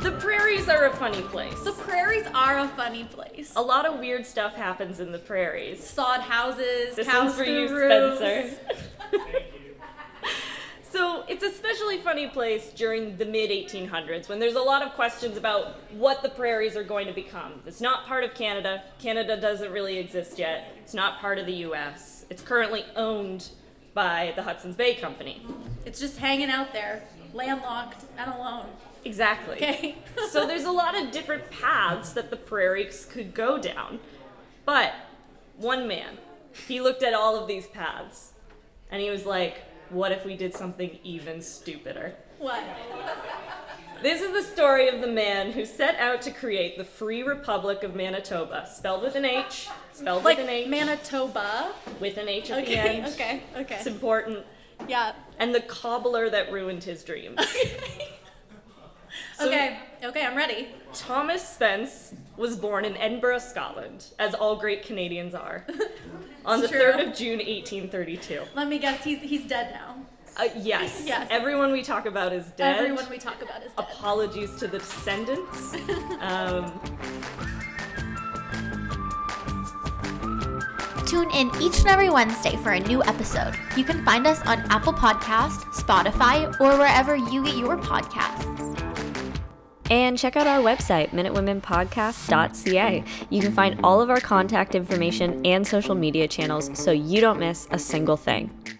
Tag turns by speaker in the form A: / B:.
A: The prairies are a funny place.
B: The prairies are a funny place.
A: A lot of weird stuff happens in the prairies.
B: Sod houses,
A: This
B: cows
A: one's for you,
B: through roofs.
A: Spencer. So it's especially funny place during the mid 1800s when there's a lot of questions about what the prairies are going to become. It's not part of Canada. Canada doesn't really exist yet. It's not part of the U.S. It's currently owned by the Hudson's Bay Company.
B: It's just hanging out there, landlocked and alone.
A: Exactly.
B: Okay.
A: so there's a lot of different paths that the prairies could go down. But one man, he looked at all of these paths and he was like, what if we did something even stupider?
B: What?
A: This is the story of the man who set out to create the Free Republic of Manitoba, spelled with an H, spelled
B: Like
A: with an H,
B: Manitoba.
A: with an H at the
B: Okay.
A: end.
B: Okay.
A: It's
B: Okay.
A: important.
B: Yeah.
A: And the cobbler that ruined his dreams. So-
B: okay. Okay. I'm ready.
A: Thomas Spence was born in Edinburgh, Scotland, as all great Canadians are, on the
B: It's true.
A: 3rd of June 1832.
B: Let me guess. He's he's dead now.
A: Uh, yes,
B: Yes.
A: everyone we talk about is dead.
B: Everyone we talk about is dead.
A: Apologies to the descendants. um,
C: Tune in each and every Wednesday for a new episode. You can find us on Apple Podcast, Spotify, or wherever you get your podcasts.
D: And check out our website, MinuteWomenPodcast.ca. You can find all of our contact information and social media channels so you don't miss a single thing.